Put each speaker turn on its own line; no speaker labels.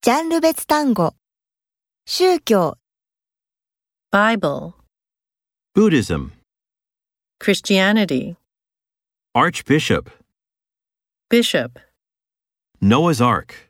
ジャンル別単語。宗教、
Bible,
Buddhism,
Christianity,
Archbishop,
Bishop.
Noah's Ark.